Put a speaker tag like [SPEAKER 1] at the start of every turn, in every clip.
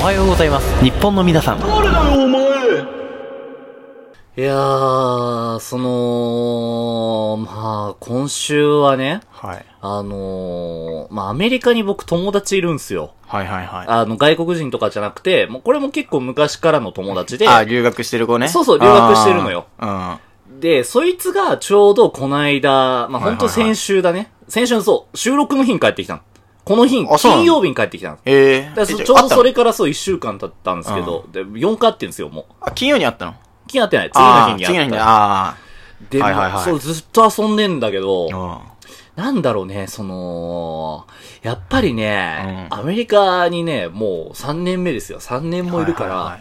[SPEAKER 1] はようございます日本の皆さん
[SPEAKER 2] いやー、その、まあ、今週はね、
[SPEAKER 1] はい
[SPEAKER 2] あのーまあ、アメリカに僕友達いるんすよ。
[SPEAKER 1] はいはいはい
[SPEAKER 2] あの、外国人とかじゃなくて、もうこれも結構昔からの友達で、
[SPEAKER 1] あ留学してる子ね
[SPEAKER 2] そうそう留学してるのよ
[SPEAKER 1] あ
[SPEAKER 2] で、そいつがちょうどこの間、まあ、ほんと
[SPEAKER 1] はいはいはい
[SPEAKER 2] 先週だね。先週のそう、収録の日に帰ってきたの。この日、
[SPEAKER 1] あそうなの
[SPEAKER 2] 金曜日に帰ってきた
[SPEAKER 1] ー
[SPEAKER 2] の。
[SPEAKER 1] うんええ
[SPEAKER 2] だから
[SPEAKER 1] え
[SPEAKER 2] そ
[SPEAKER 1] じゃあ
[SPEAKER 2] ちょう
[SPEAKER 1] あ
[SPEAKER 2] ど
[SPEAKER 1] った
[SPEAKER 2] そ
[SPEAKER 1] の
[SPEAKER 2] れからそう1週間経ったんですけど、で、4回会ってんですよ、もう。
[SPEAKER 1] あ金曜にあったの
[SPEAKER 2] 気になってない。次の
[SPEAKER 1] あ
[SPEAKER 2] 日
[SPEAKER 1] ー
[SPEAKER 2] に
[SPEAKER 1] 次の
[SPEAKER 2] 会
[SPEAKER 1] 日
[SPEAKER 2] っ
[SPEAKER 1] に
[SPEAKER 2] た。
[SPEAKER 1] あ
[SPEAKER 2] で、
[SPEAKER 1] はいはいはい
[SPEAKER 2] そう、ずっと遊んでんだけど、
[SPEAKER 1] あ
[SPEAKER 2] なんだろうね、その、やっぱりね、
[SPEAKER 1] うん
[SPEAKER 2] アメリカにね、もう3年目ですよ。3年もいるか
[SPEAKER 1] は
[SPEAKER 2] ら、
[SPEAKER 1] いはいはい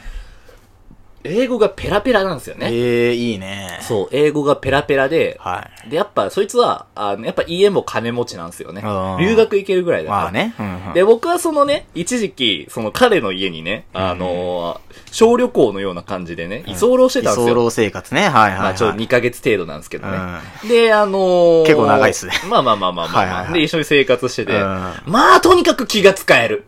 [SPEAKER 2] 英語がペラペラなんですよね。
[SPEAKER 1] ええいいね
[SPEAKER 2] そう、英語がペラペラで、
[SPEAKER 1] はい
[SPEAKER 2] で、やっぱ、そいつは、あの、やっぱ家も金持ちなんですよね
[SPEAKER 1] うん。
[SPEAKER 2] 留学行けるぐらいだから。
[SPEAKER 1] まあねうんうん
[SPEAKER 2] で、僕はそのね、一時期、その彼の家にね、あのー小旅行のような感じでね、居候してたんです
[SPEAKER 1] 居
[SPEAKER 2] よ。
[SPEAKER 1] 候生活ねはいはいはい
[SPEAKER 2] まあ、ちょ、2ヶ月程度なんですけどね。
[SPEAKER 1] う
[SPEAKER 2] で、あのー
[SPEAKER 1] 結構長いっすね
[SPEAKER 2] まあまあまあまあま
[SPEAKER 1] は
[SPEAKER 2] あ、まあ
[SPEAKER 1] いはいはい
[SPEAKER 2] で、一緒に生活してて、
[SPEAKER 1] うん
[SPEAKER 2] まあ、とにかく気が使える。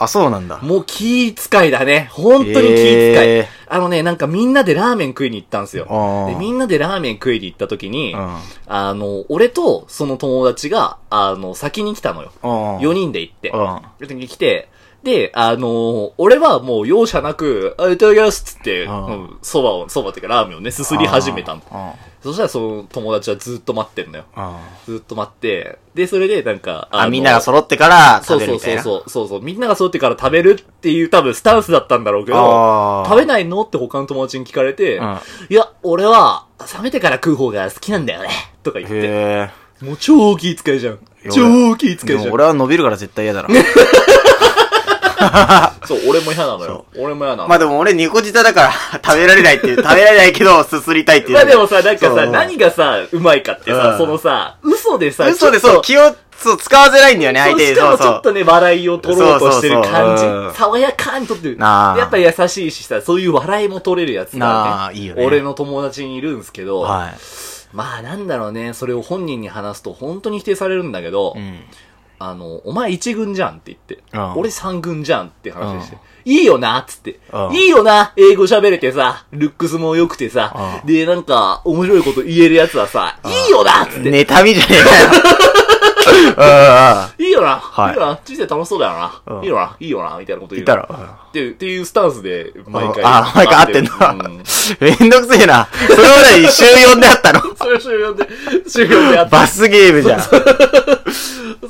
[SPEAKER 1] あそうなんだ
[SPEAKER 2] もう気使いだね。本当に気使い。
[SPEAKER 1] へー
[SPEAKER 2] あのね、なんかみんなでラーメン食いに行ったんですよ。
[SPEAKER 1] あー
[SPEAKER 2] で、みんなでラーメン食いに行った時に、
[SPEAKER 1] うん
[SPEAKER 2] あの、俺とその友達が、あの、先に来たのよ。4
[SPEAKER 1] 4
[SPEAKER 2] 人で行って。
[SPEAKER 1] うん
[SPEAKER 2] 4人に来て、で、あのー俺はもう容赦なく、あ、いただきますっつって、
[SPEAKER 1] うん
[SPEAKER 2] うんそばを、そばっていうかラーメンをね、すすり始めたの。
[SPEAKER 1] あ
[SPEAKER 2] そしたらその友達はずっと待ってんのよ。
[SPEAKER 1] ーあ
[SPEAKER 2] ずっと待って、で、それでなんか、
[SPEAKER 1] ーあ
[SPEAKER 2] の
[SPEAKER 1] みんなが揃ってから
[SPEAKER 2] そ
[SPEAKER 1] 食べ
[SPEAKER 2] う
[SPEAKER 1] る
[SPEAKER 2] そう
[SPEAKER 1] みた
[SPEAKER 2] そ
[SPEAKER 1] いうな
[SPEAKER 2] そう、そうそう、みんなが揃ってから食べるっていう多分スタンスだったんだろうけど
[SPEAKER 1] あ、ー
[SPEAKER 2] 食べないのって他の友達に聞かれて、
[SPEAKER 1] うん
[SPEAKER 2] いや、俺は、冷めてから食う方が好きなんだよね、とか言って、
[SPEAKER 1] へ
[SPEAKER 2] もう超気使いじゃん。
[SPEAKER 1] え
[SPEAKER 2] 超気使
[SPEAKER 1] で
[SPEAKER 2] いじゃ
[SPEAKER 1] も
[SPEAKER 2] ん。
[SPEAKER 1] 俺は伸びるから絶対嫌 だな
[SPEAKER 2] そう、俺も嫌なのよ。俺も嫌なの。
[SPEAKER 1] まあでも俺猫舌だから 食べられないっていう、食べられないけどすすりたいっていう。
[SPEAKER 2] まあでもさ、なんか
[SPEAKER 1] そ
[SPEAKER 2] さ、
[SPEAKER 1] う
[SPEAKER 2] 何がさ、うまいかって
[SPEAKER 1] う
[SPEAKER 2] さ、
[SPEAKER 1] ん
[SPEAKER 2] そのさ、嘘でさ、
[SPEAKER 1] 嘘で
[SPEAKER 2] ちょっ
[SPEAKER 1] そう、
[SPEAKER 2] と
[SPEAKER 1] 気を、そう、使わせないんだよね、
[SPEAKER 2] そ
[SPEAKER 1] 相
[SPEAKER 2] う
[SPEAKER 1] 手
[SPEAKER 2] し
[SPEAKER 1] に。
[SPEAKER 2] か
[SPEAKER 1] そ
[SPEAKER 2] も
[SPEAKER 1] う
[SPEAKER 2] ちょ
[SPEAKER 1] そ
[SPEAKER 2] っと
[SPEAKER 1] う。
[SPEAKER 2] ね、笑いを取ろうとしてる感
[SPEAKER 1] そうそうそううん
[SPEAKER 2] じ。爽やかにとってる。
[SPEAKER 1] なあ
[SPEAKER 2] やっぱ優しいしさ、そういう笑いも取れるやつ
[SPEAKER 1] な
[SPEAKER 2] が
[SPEAKER 1] あいい
[SPEAKER 2] ね
[SPEAKER 1] よ、ね
[SPEAKER 2] 俺の友達にいるんですけど、
[SPEAKER 1] は
[SPEAKER 2] まあなんだろうね、それを本人に話すと本当に否定されるんだけど
[SPEAKER 1] い。う、ん。
[SPEAKER 2] あの、お前一軍じゃんって言って
[SPEAKER 1] うん、
[SPEAKER 2] 俺三軍じゃんって話して、いいよなっつって
[SPEAKER 1] う、ん
[SPEAKER 2] いいよな英語喋れてさ、ルックスも良くてさ
[SPEAKER 1] う、ん
[SPEAKER 2] で、なんか面白いこと言えるやつはさ、いいよなっつって、
[SPEAKER 1] 妬みじゃね えかよ。うん。
[SPEAKER 2] いいよな、
[SPEAKER 1] はい
[SPEAKER 2] い、いよな人生楽しそうだよな、
[SPEAKER 1] うん
[SPEAKER 2] いいよないいよなみたいなこと言
[SPEAKER 1] 言
[SPEAKER 2] う
[SPEAKER 1] ったら。
[SPEAKER 2] ってっていうスタンスで、毎回。
[SPEAKER 1] あ、毎回合ってん
[SPEAKER 2] う
[SPEAKER 1] の
[SPEAKER 2] ん
[SPEAKER 1] めんどくせえな。それまでに週4であ ったの
[SPEAKER 2] それ終了で、終了であった。
[SPEAKER 1] バスゲームじゃん。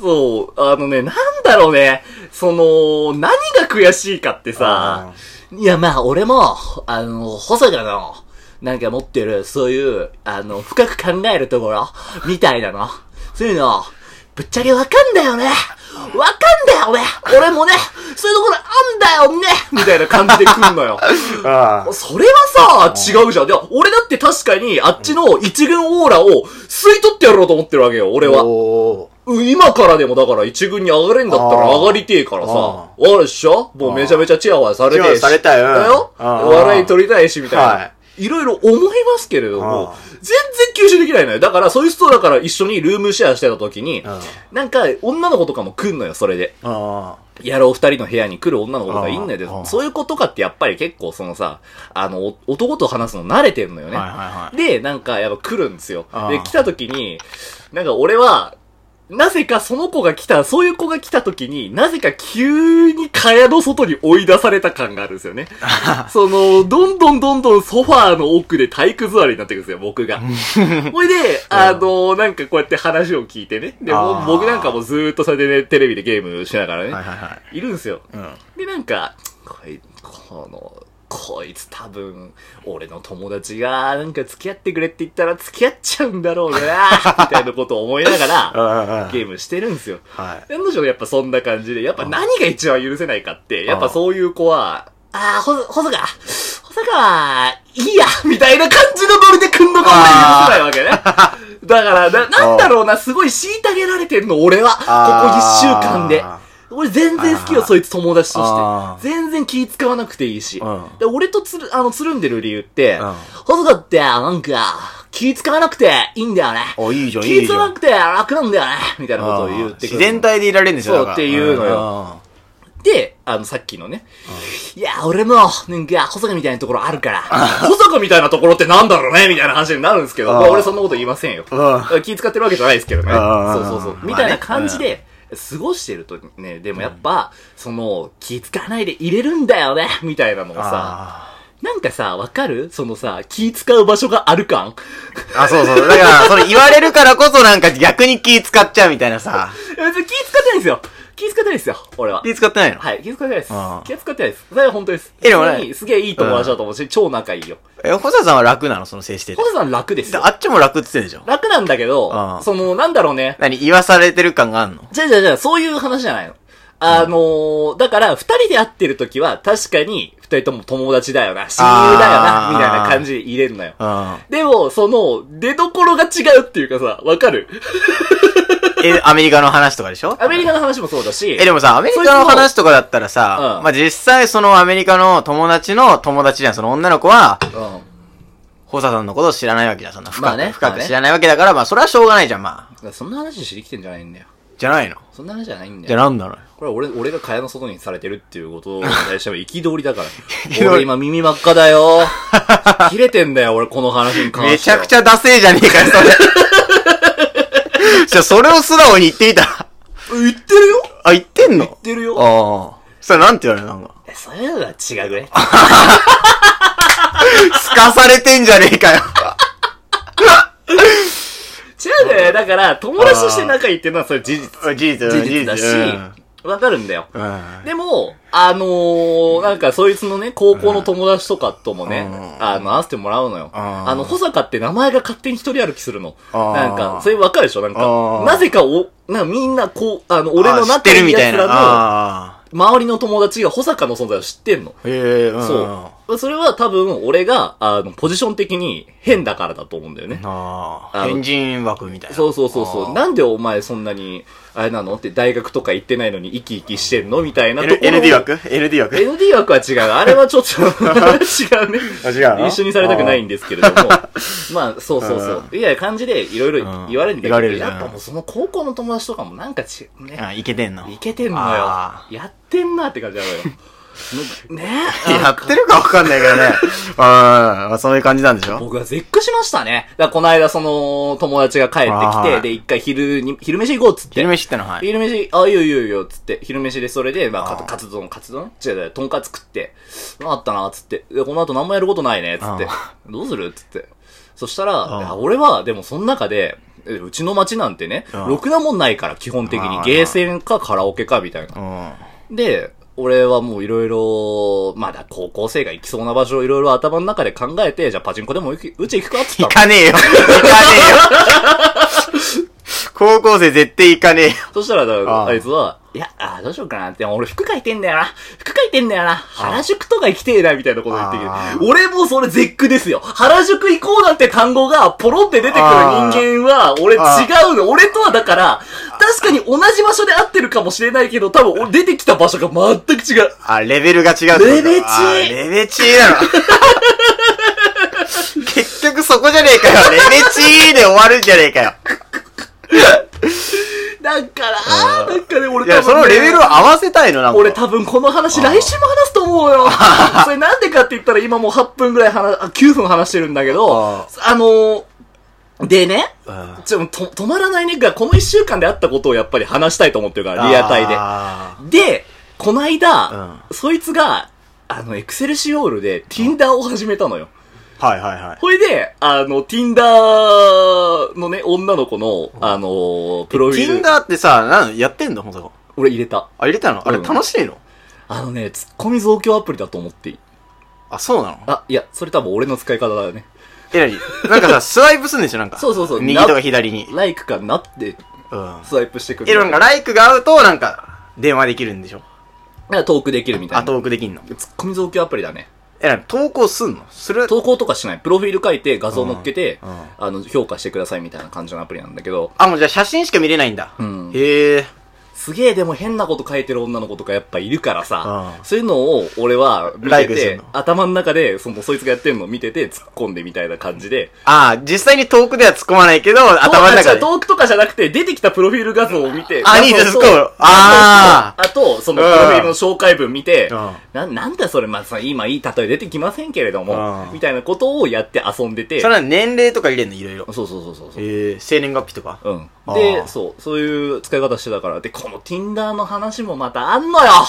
[SPEAKER 2] そう、あのね、なんだろうね、その、何が悔しいかってさ、いやまあ俺も、あの、細田の、なんか持ってる、そういう、あの、深く考えるところ、みたいなの。そういうの、ぶっちゃけわかんだよね。わかんだよね。俺もね、そういうところあんだよね。みたいな感じで来ん のよ。
[SPEAKER 1] あー
[SPEAKER 2] それはさ、違うじゃん。でも俺だって確かに、あっちの一軍オーラを吸い取ってやろうと思ってるわけよ、俺は。
[SPEAKER 1] お
[SPEAKER 2] うん今からでもだから一軍に上がれんだったら
[SPEAKER 1] あー
[SPEAKER 2] 上がりてえからさ。
[SPEAKER 1] あ
[SPEAKER 2] わかるっしょもうめちゃめちゃチヤホヤされて
[SPEAKER 1] チ
[SPEAKER 2] え
[SPEAKER 1] ヤホ
[SPEAKER 2] し。
[SPEAKER 1] ヤされたよ
[SPEAKER 2] だよ
[SPEAKER 1] あー
[SPEAKER 2] 笑い取りたいし、みたいな。
[SPEAKER 1] はい
[SPEAKER 2] いろいろ思いますけれども
[SPEAKER 1] あ、
[SPEAKER 2] 全然吸収できないのよ。だから、そういう人だから一緒にルームシェアしてた時に
[SPEAKER 1] あ、
[SPEAKER 2] なんか、女の子とかも来んのよ、それで。
[SPEAKER 1] ーあー。
[SPEAKER 2] やろう二人の部屋に来る女の子がいんの
[SPEAKER 1] あ
[SPEAKER 2] よ。
[SPEAKER 1] あ
[SPEAKER 2] そういう子とかってやっぱり結構そのさ、あの、お男と話すの慣れてんのよね。
[SPEAKER 1] はいはいはい
[SPEAKER 2] で、なんかやっぱ来るんですよ。
[SPEAKER 1] ああ
[SPEAKER 2] で、来た時に、なんか俺は、なぜかその子が来た、そういう子が来た時に、なぜか急に蚊帳の外に追い出された感があるんで すよね。その、どんどんどんどんソファーの奥で体育座りになっていくんですよ、僕が。ほいで、あの、なんかこうやって話を聞いてね。で、も
[SPEAKER 1] あ
[SPEAKER 2] う
[SPEAKER 1] あ
[SPEAKER 2] 僕なんかもずーっとそれでね、テレビでゲームしながらね。
[SPEAKER 1] はいはいはい。
[SPEAKER 2] いるんですよ。
[SPEAKER 1] うん。
[SPEAKER 2] で、なんか、こい、この、こいつ多分、俺の友達が、なんか付き合ってくれって言ったら付き合っちゃうんだろうな、みたいなことを思いなが
[SPEAKER 1] う
[SPEAKER 2] ら、
[SPEAKER 1] んうん。
[SPEAKER 2] ゲームしてるんですよ。
[SPEAKER 1] はい。
[SPEAKER 2] なんでしょうねやっぱそんな感じで、やっぱ何が一番許せないかって、やっぱそういう子は、あー、ほ、ほそか、ほそかは、いいや、みたいな感じのノリでくんのが俺許せないわけね。だから、な、なんだろうな、すごい虐げられてんの、俺は。ここ一週間で。俺全然好きよ、
[SPEAKER 1] あー
[SPEAKER 2] そいつ友達と
[SPEAKER 1] あ
[SPEAKER 2] し
[SPEAKER 1] ー
[SPEAKER 2] て。全然気使わなくていいし
[SPEAKER 1] うん。
[SPEAKER 2] で俺とつる、あの、つるんでる理由って
[SPEAKER 1] うん、
[SPEAKER 2] 細田って、なんか、気使わなくていいんだよね。
[SPEAKER 1] お、いいじゃん、い
[SPEAKER 2] 気
[SPEAKER 1] いじ
[SPEAKER 2] 使
[SPEAKER 1] ゃ
[SPEAKER 2] わ
[SPEAKER 1] ん
[SPEAKER 2] な。くて楽なんだよね。みたいなことを言ってく
[SPEAKER 1] 自
[SPEAKER 2] る。
[SPEAKER 1] 然体でいられるんでしょ
[SPEAKER 2] そう
[SPEAKER 1] だから
[SPEAKER 2] っていうのよ
[SPEAKER 1] ん
[SPEAKER 2] で、あの、さっきのね。いや、俺も、なんか、小坂みたいなところあるから、小坂みたいなところってなんだろうねみたいな話になるんですけど、
[SPEAKER 1] あー
[SPEAKER 2] まあ俺そんなこと言いませんよ。
[SPEAKER 1] う
[SPEAKER 2] 気使ってるわけじゃないですけどね。
[SPEAKER 1] あ
[SPEAKER 2] そ
[SPEAKER 1] ー
[SPEAKER 2] うそうそ
[SPEAKER 1] まあ
[SPEAKER 2] う。
[SPEAKER 1] ね
[SPEAKER 2] みたいな感じで、過ごしてるとね、でもやっぱ、その、気使わないで入れるんだよねみたいなのがさ、
[SPEAKER 1] あ
[SPEAKER 2] なんかさ、わかるそのさ、気使う場所がある感
[SPEAKER 1] ーあ、そうそう。だから、それ言われるからこそなんか逆に気使っちゃうみたいなさ。
[SPEAKER 2] 別に気使ってないんですよ気使ってないですよ俺は。
[SPEAKER 1] 気使ってないの
[SPEAKER 2] はい、気遣ってないです
[SPEAKER 1] あ。あ
[SPEAKER 2] 気遣ってないです。それは本当です。
[SPEAKER 1] えでもね
[SPEAKER 2] 普通にすげえいい友達だと思うし、超仲いいよ。
[SPEAKER 1] え、細田さんは楽なのその接してて
[SPEAKER 2] ホ。さん楽です
[SPEAKER 1] で
[SPEAKER 2] よ
[SPEAKER 1] あ。っちも楽って言ってんでしょ
[SPEAKER 2] 楽なんだけ
[SPEAKER 1] あ
[SPEAKER 2] ど、
[SPEAKER 1] あ
[SPEAKER 2] その、なんだろうね。
[SPEAKER 1] 何言わされてる感があんの
[SPEAKER 2] じゃあじゃあじゃあそういう話じゃないの。あのー、だから、二人で会ってる時は、確かに、二人とも友達だよな、親友だよな、
[SPEAKER 1] あー
[SPEAKER 2] みたいな感じで入れるのよ。
[SPEAKER 1] う
[SPEAKER 2] でも、その、出所が違うっていうかさ、わかる
[SPEAKER 1] ん。え、アメリカの話とかでしょ
[SPEAKER 2] アメリカの話もそうだし、
[SPEAKER 1] え、でもさ、アメリカの話とかだったら
[SPEAKER 2] そいつ
[SPEAKER 1] さ、
[SPEAKER 2] も
[SPEAKER 1] まあ、実際そのアメリカの友達の友達じゃん、その女の子は、
[SPEAKER 2] うん。
[SPEAKER 1] ホサさんのことを知らないわけじゃん、そんな深く、
[SPEAKER 2] まあね
[SPEAKER 1] 深
[SPEAKER 2] まあ
[SPEAKER 1] く
[SPEAKER 2] ね
[SPEAKER 1] 知らないわけだから、まあ、それはしょうがないじゃん、まあ。
[SPEAKER 2] だからそんな話しに来てんじゃないんだよ。
[SPEAKER 1] じゃないの
[SPEAKER 2] そんな話じゃないんだよ
[SPEAKER 1] じゃ。あなんなのよ。
[SPEAKER 2] これは俺、俺が蚊帳の外にされてるっていう ことに対しては憤りだから
[SPEAKER 1] 憤。り
[SPEAKER 2] 俺今耳真っ赤 だよ。切れてんだよ、俺この話に関
[SPEAKER 1] め
[SPEAKER 2] して
[SPEAKER 1] ち
[SPEAKER 2] は。
[SPEAKER 1] ゃくちゃダセーじゃねえかよ、 それ。じゃあ、それを素直に言ってみたら。
[SPEAKER 2] 言ってるよ
[SPEAKER 1] あ、言ってんの言っ
[SPEAKER 2] 言ってるよ
[SPEAKER 1] ああ。それなんて言われるのなんか。
[SPEAKER 2] えそういうのは違うね。
[SPEAKER 1] すかされてんじゃねえか よ。
[SPEAKER 2] 違うね。だから、友達として仲いいっていうのはそれ事実。
[SPEAKER 1] 事実
[SPEAKER 2] 事実だし、わかるんだよ。
[SPEAKER 1] うん。
[SPEAKER 2] でも、あのー、なんか、そいつのね、高校の友達とかともね、
[SPEAKER 1] うん
[SPEAKER 2] あの、会わせてもらうのよ。
[SPEAKER 1] うん
[SPEAKER 2] あの、保坂って名前が勝手に一人歩きするの。
[SPEAKER 1] あー
[SPEAKER 2] なんか、それわかるでしょなん
[SPEAKER 1] あ
[SPEAKER 2] か
[SPEAKER 1] ー、
[SPEAKER 2] なぜかお、なんかみんなこう、あの、俺の
[SPEAKER 1] あ知っ
[SPEAKER 2] 仲
[SPEAKER 1] てる
[SPEAKER 2] いい
[SPEAKER 1] みたいな。
[SPEAKER 2] 奴らの、
[SPEAKER 1] ああ。
[SPEAKER 2] 周りの友達が保坂の存在を知ってんの。
[SPEAKER 1] へえ、うん。
[SPEAKER 2] そう。それは多分、俺が、あの、ポジション的に変だからだと思うんだよね。
[SPEAKER 1] あ
[SPEAKER 2] あ
[SPEAKER 1] あ。
[SPEAKER 2] の
[SPEAKER 1] 変人枠みたいな。
[SPEAKER 2] そうそうそうそう。
[SPEAKER 1] あ
[SPEAKER 2] なんでお前そんなに、あれなのって大学とか行ってないのに生き生きしてんのみたいな
[SPEAKER 1] ー
[SPEAKER 2] とこ
[SPEAKER 1] L-
[SPEAKER 2] ろを
[SPEAKER 1] ?LD 枠 ?LD 枠
[SPEAKER 2] ND 枠は違う。あれはちょっと、 違うね。
[SPEAKER 1] あ違うの
[SPEAKER 2] 一緒にされたくないんですけれども。まあ、そうそうそう。いや、感じでいろいろ
[SPEAKER 1] うん
[SPEAKER 2] 言われるん
[SPEAKER 1] 言
[SPEAKER 2] だけど、
[SPEAKER 1] われるじゃん
[SPEAKER 2] やっぱもうその高校の友達とかもなんかち、ね、
[SPEAKER 1] あ、いけてんの
[SPEAKER 2] いけてんのよ
[SPEAKER 1] あ。
[SPEAKER 2] やってんなって感じ なのよ。ねえ。
[SPEAKER 1] やってるかわかんないけどね。ああ、そういう感じなんでしょ
[SPEAKER 2] 僕は絶句しましたね。だからこの間その友達が帰ってき
[SPEAKER 1] は
[SPEAKER 2] て、
[SPEAKER 1] い
[SPEAKER 2] で、一回昼に、昼飯行こうっつって。
[SPEAKER 1] 昼飯ってのは、はい。
[SPEAKER 2] 昼飯、あ、いいよいいよいいよ、つって、昼飯でそれで、まあ、
[SPEAKER 1] あ
[SPEAKER 2] か
[SPEAKER 1] ー
[SPEAKER 2] カツ丼、カツ丼違う違う、とんかつ食って、あったな、つって、でこの後何もやることないね、つって
[SPEAKER 1] あ、
[SPEAKER 2] どうするつって。そしたら、いや俺は、でもその中で、えうちの町なんてね、
[SPEAKER 1] うん
[SPEAKER 2] ろくなもんないから、基本的に
[SPEAKER 1] あ。ー
[SPEAKER 2] ゲーセンかカラオケか、みたいな
[SPEAKER 1] う。ん。
[SPEAKER 2] で、俺はもういろいろ、まだ高校生が行きそうな場所をいろいろ頭の中で考えて、じゃあパチンコでも行きうち行くかっつっ
[SPEAKER 1] 行
[SPEAKER 2] たの
[SPEAKER 1] かねえよ。行かね えよ。高校生絶対行かねえよ。
[SPEAKER 2] そしたらだから
[SPEAKER 1] ああ
[SPEAKER 2] あいつは、いや、ああどうしようかなって、俺服書いてんだよな。服書いてんだよな。原宿とか行きてえな、みたいなこと言って
[SPEAKER 1] ああ
[SPEAKER 2] きて。俺もそれ絶句ですよ。原宿行こうなんて単語がポロって出てくる人間は、俺違
[SPEAKER 1] あ
[SPEAKER 2] うの。俺とはだから、確かに同じ場所で会ってるかもしれないけど、多分俺出てきた場所が全く違う。
[SPEAKER 1] あ、レベルが違うってこと
[SPEAKER 2] レベチ
[SPEAKER 1] あレベチ だろ。結局そこじゃねえかよ。レベチで終わるんじゃねえかよ。
[SPEAKER 2] だから、なんかね、俺多分、
[SPEAKER 1] いや、そのレベルを合わせたいの、なんか。
[SPEAKER 2] 俺多分この話来週も話すと思うよ。 それなんでかって言ったら今もう8分ぐらい話、あ9分話してるんだけど、あ
[SPEAKER 1] あ
[SPEAKER 2] のー、でね、
[SPEAKER 1] うん
[SPEAKER 2] ちょ、と止まらないねが、この1週間であったことをやっぱり話したいと思ってるから、リアタイで。
[SPEAKER 1] あ
[SPEAKER 2] で、この間、そいつが、あの、エクセルシオールで Tinder を始めたのよ。
[SPEAKER 1] ーはいはいはい。
[SPEAKER 2] ほいで、あの、Tinder のね、女の子の、あのープロフィール。
[SPEAKER 1] Tinder ってさ、なんやってんのほんと
[SPEAKER 2] 俺入れた。
[SPEAKER 1] あ、入れたのあ
[SPEAKER 2] う
[SPEAKER 1] れ
[SPEAKER 2] ん
[SPEAKER 1] 楽しいの
[SPEAKER 2] あのね、ツッコミ増強アプリだと思っていい。
[SPEAKER 1] あ、そうなの
[SPEAKER 2] あ、いや、それ多分俺の使い方だよね。
[SPEAKER 1] えらい。なん かさ、スワイプすんでしょなんか。
[SPEAKER 2] そうそうそう
[SPEAKER 1] 右とか左に。
[SPEAKER 2] ライクかなって
[SPEAKER 1] うん。
[SPEAKER 2] スワイプしてくる。
[SPEAKER 1] え、なんか、ライクが合うと、なんか、電話できるんでしょ
[SPEAKER 2] なんかトークできるみたい
[SPEAKER 1] あ、
[SPEAKER 2] な。
[SPEAKER 1] トークできんの。
[SPEAKER 2] ツッコミ増強アプリだね。
[SPEAKER 1] えらい、投稿すんのする
[SPEAKER 2] 投稿とかしない。プロフィール書いて画像乗っけて、
[SPEAKER 1] うんうん
[SPEAKER 2] あの、評価してくださいみたいな感じのアプリなんだけど、
[SPEAKER 1] あ、もうじゃあ写真しか見れないんだ。
[SPEAKER 2] うん
[SPEAKER 1] へえ。
[SPEAKER 2] すげえでも変なこと書いてる女の子とかやっぱいるからさ、
[SPEAKER 1] うん
[SPEAKER 2] そういうのを俺は見
[SPEAKER 1] ライ
[SPEAKER 2] て
[SPEAKER 1] ブする
[SPEAKER 2] て
[SPEAKER 1] の、
[SPEAKER 2] 頭の中で、その、そいつがやってるのを見てて突っ込んでみたいな感じで、
[SPEAKER 1] ああ、実際に遠くでは突っ込まないけど、頭の
[SPEAKER 2] あ
[SPEAKER 1] 中
[SPEAKER 2] 違う
[SPEAKER 1] で。
[SPEAKER 2] トークとかじゃなくて、出てきたプロフィール画像を見て。
[SPEAKER 1] あ
[SPEAKER 2] 画像
[SPEAKER 1] いいです
[SPEAKER 2] と
[SPEAKER 1] こうあ
[SPEAKER 2] あと、そのプロフィールの紹介文見て
[SPEAKER 1] うん、
[SPEAKER 2] な、なんだそれ、まあ、さ今いい例え出てきませんけれども
[SPEAKER 1] う、ん
[SPEAKER 2] みたいなことをやって遊んでて。
[SPEAKER 1] そ
[SPEAKER 2] そう
[SPEAKER 1] れは年齢とか入れんの、いろいろ。
[SPEAKER 2] そうそうそうそう。
[SPEAKER 1] ええ、生年月日とか。
[SPEAKER 2] うん。
[SPEAKER 1] あ
[SPEAKER 2] で、
[SPEAKER 1] ー
[SPEAKER 2] そう、そういう使い方してたから。で、この Tinder の話もまたあんのよ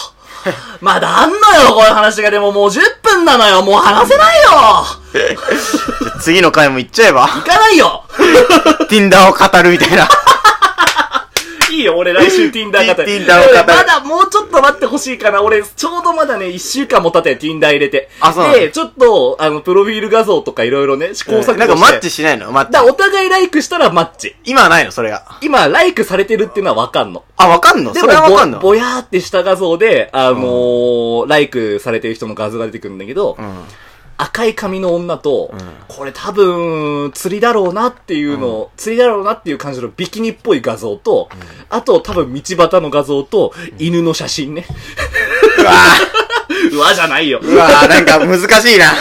[SPEAKER 2] まだあんのよこういう話が。でももう10分なのよもう話せないよ
[SPEAKER 1] じゃあ次の回も行っちゃえば。
[SPEAKER 2] 行かないよ
[SPEAKER 1] Tinder を語るみたいな。
[SPEAKER 2] いいよ、俺来週 Tinder 語る。
[SPEAKER 1] Tinder を語る
[SPEAKER 2] 俺まだもうちょっと待ってほしいかな。俺、ちょうどまだね、一週間も経って Tinder 入れて。
[SPEAKER 1] あそうなの
[SPEAKER 2] で、ちょっと、あの、プロフィール画像とかいろいろね、試行錯誤して。
[SPEAKER 1] なんかマッチしないのマッ
[SPEAKER 2] だ、
[SPEAKER 1] チ。
[SPEAKER 2] お互いライクしたらマッチ。
[SPEAKER 1] 今はないの、それが。
[SPEAKER 2] 今、ライクされてるっていうのはわかんの。
[SPEAKER 1] あ、わかんの
[SPEAKER 2] で
[SPEAKER 1] そ
[SPEAKER 2] も
[SPEAKER 1] れはわかんの
[SPEAKER 2] ぼ、ぼやーってした画像で、あのーライクされてる人の画像が出てくるんだけど、
[SPEAKER 1] うん。
[SPEAKER 2] 赤い髪の女と、
[SPEAKER 1] ん
[SPEAKER 2] これ多分、釣りだろうなっていうの、釣りだろうなっていう感じのビキニっぽい画像と、あと多分道端の画像と、犬の写真ね。
[SPEAKER 1] うわー
[SPEAKER 2] うわじゃないよ。
[SPEAKER 1] うわぁ、なんか難しいな。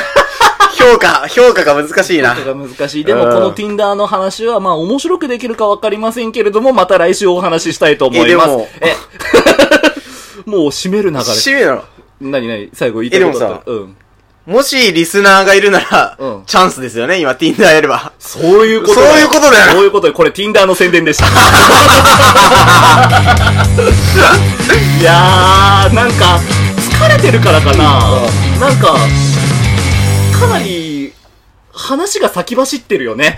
[SPEAKER 1] 評価、評価が難しいな。
[SPEAKER 2] が難しい。でも、この Tinder の話は、まあ、面白くできるかわかりませんけれども、また来週お話ししたいと思います。え、 もう締める流れ。
[SPEAKER 1] 趣味なの。
[SPEAKER 2] 何何最後言いたいことあったうん。
[SPEAKER 1] もしリスナーがいるなら、
[SPEAKER 2] うん
[SPEAKER 1] チャンスですよね、今 Tinder やれば。
[SPEAKER 2] そういうこと
[SPEAKER 1] そういうことだよ
[SPEAKER 2] そういうことよ。これ Tinder の宣 伝でした。いやー、なんか、疲れてるからかな。なんか、かなり、話が先走ってるよね。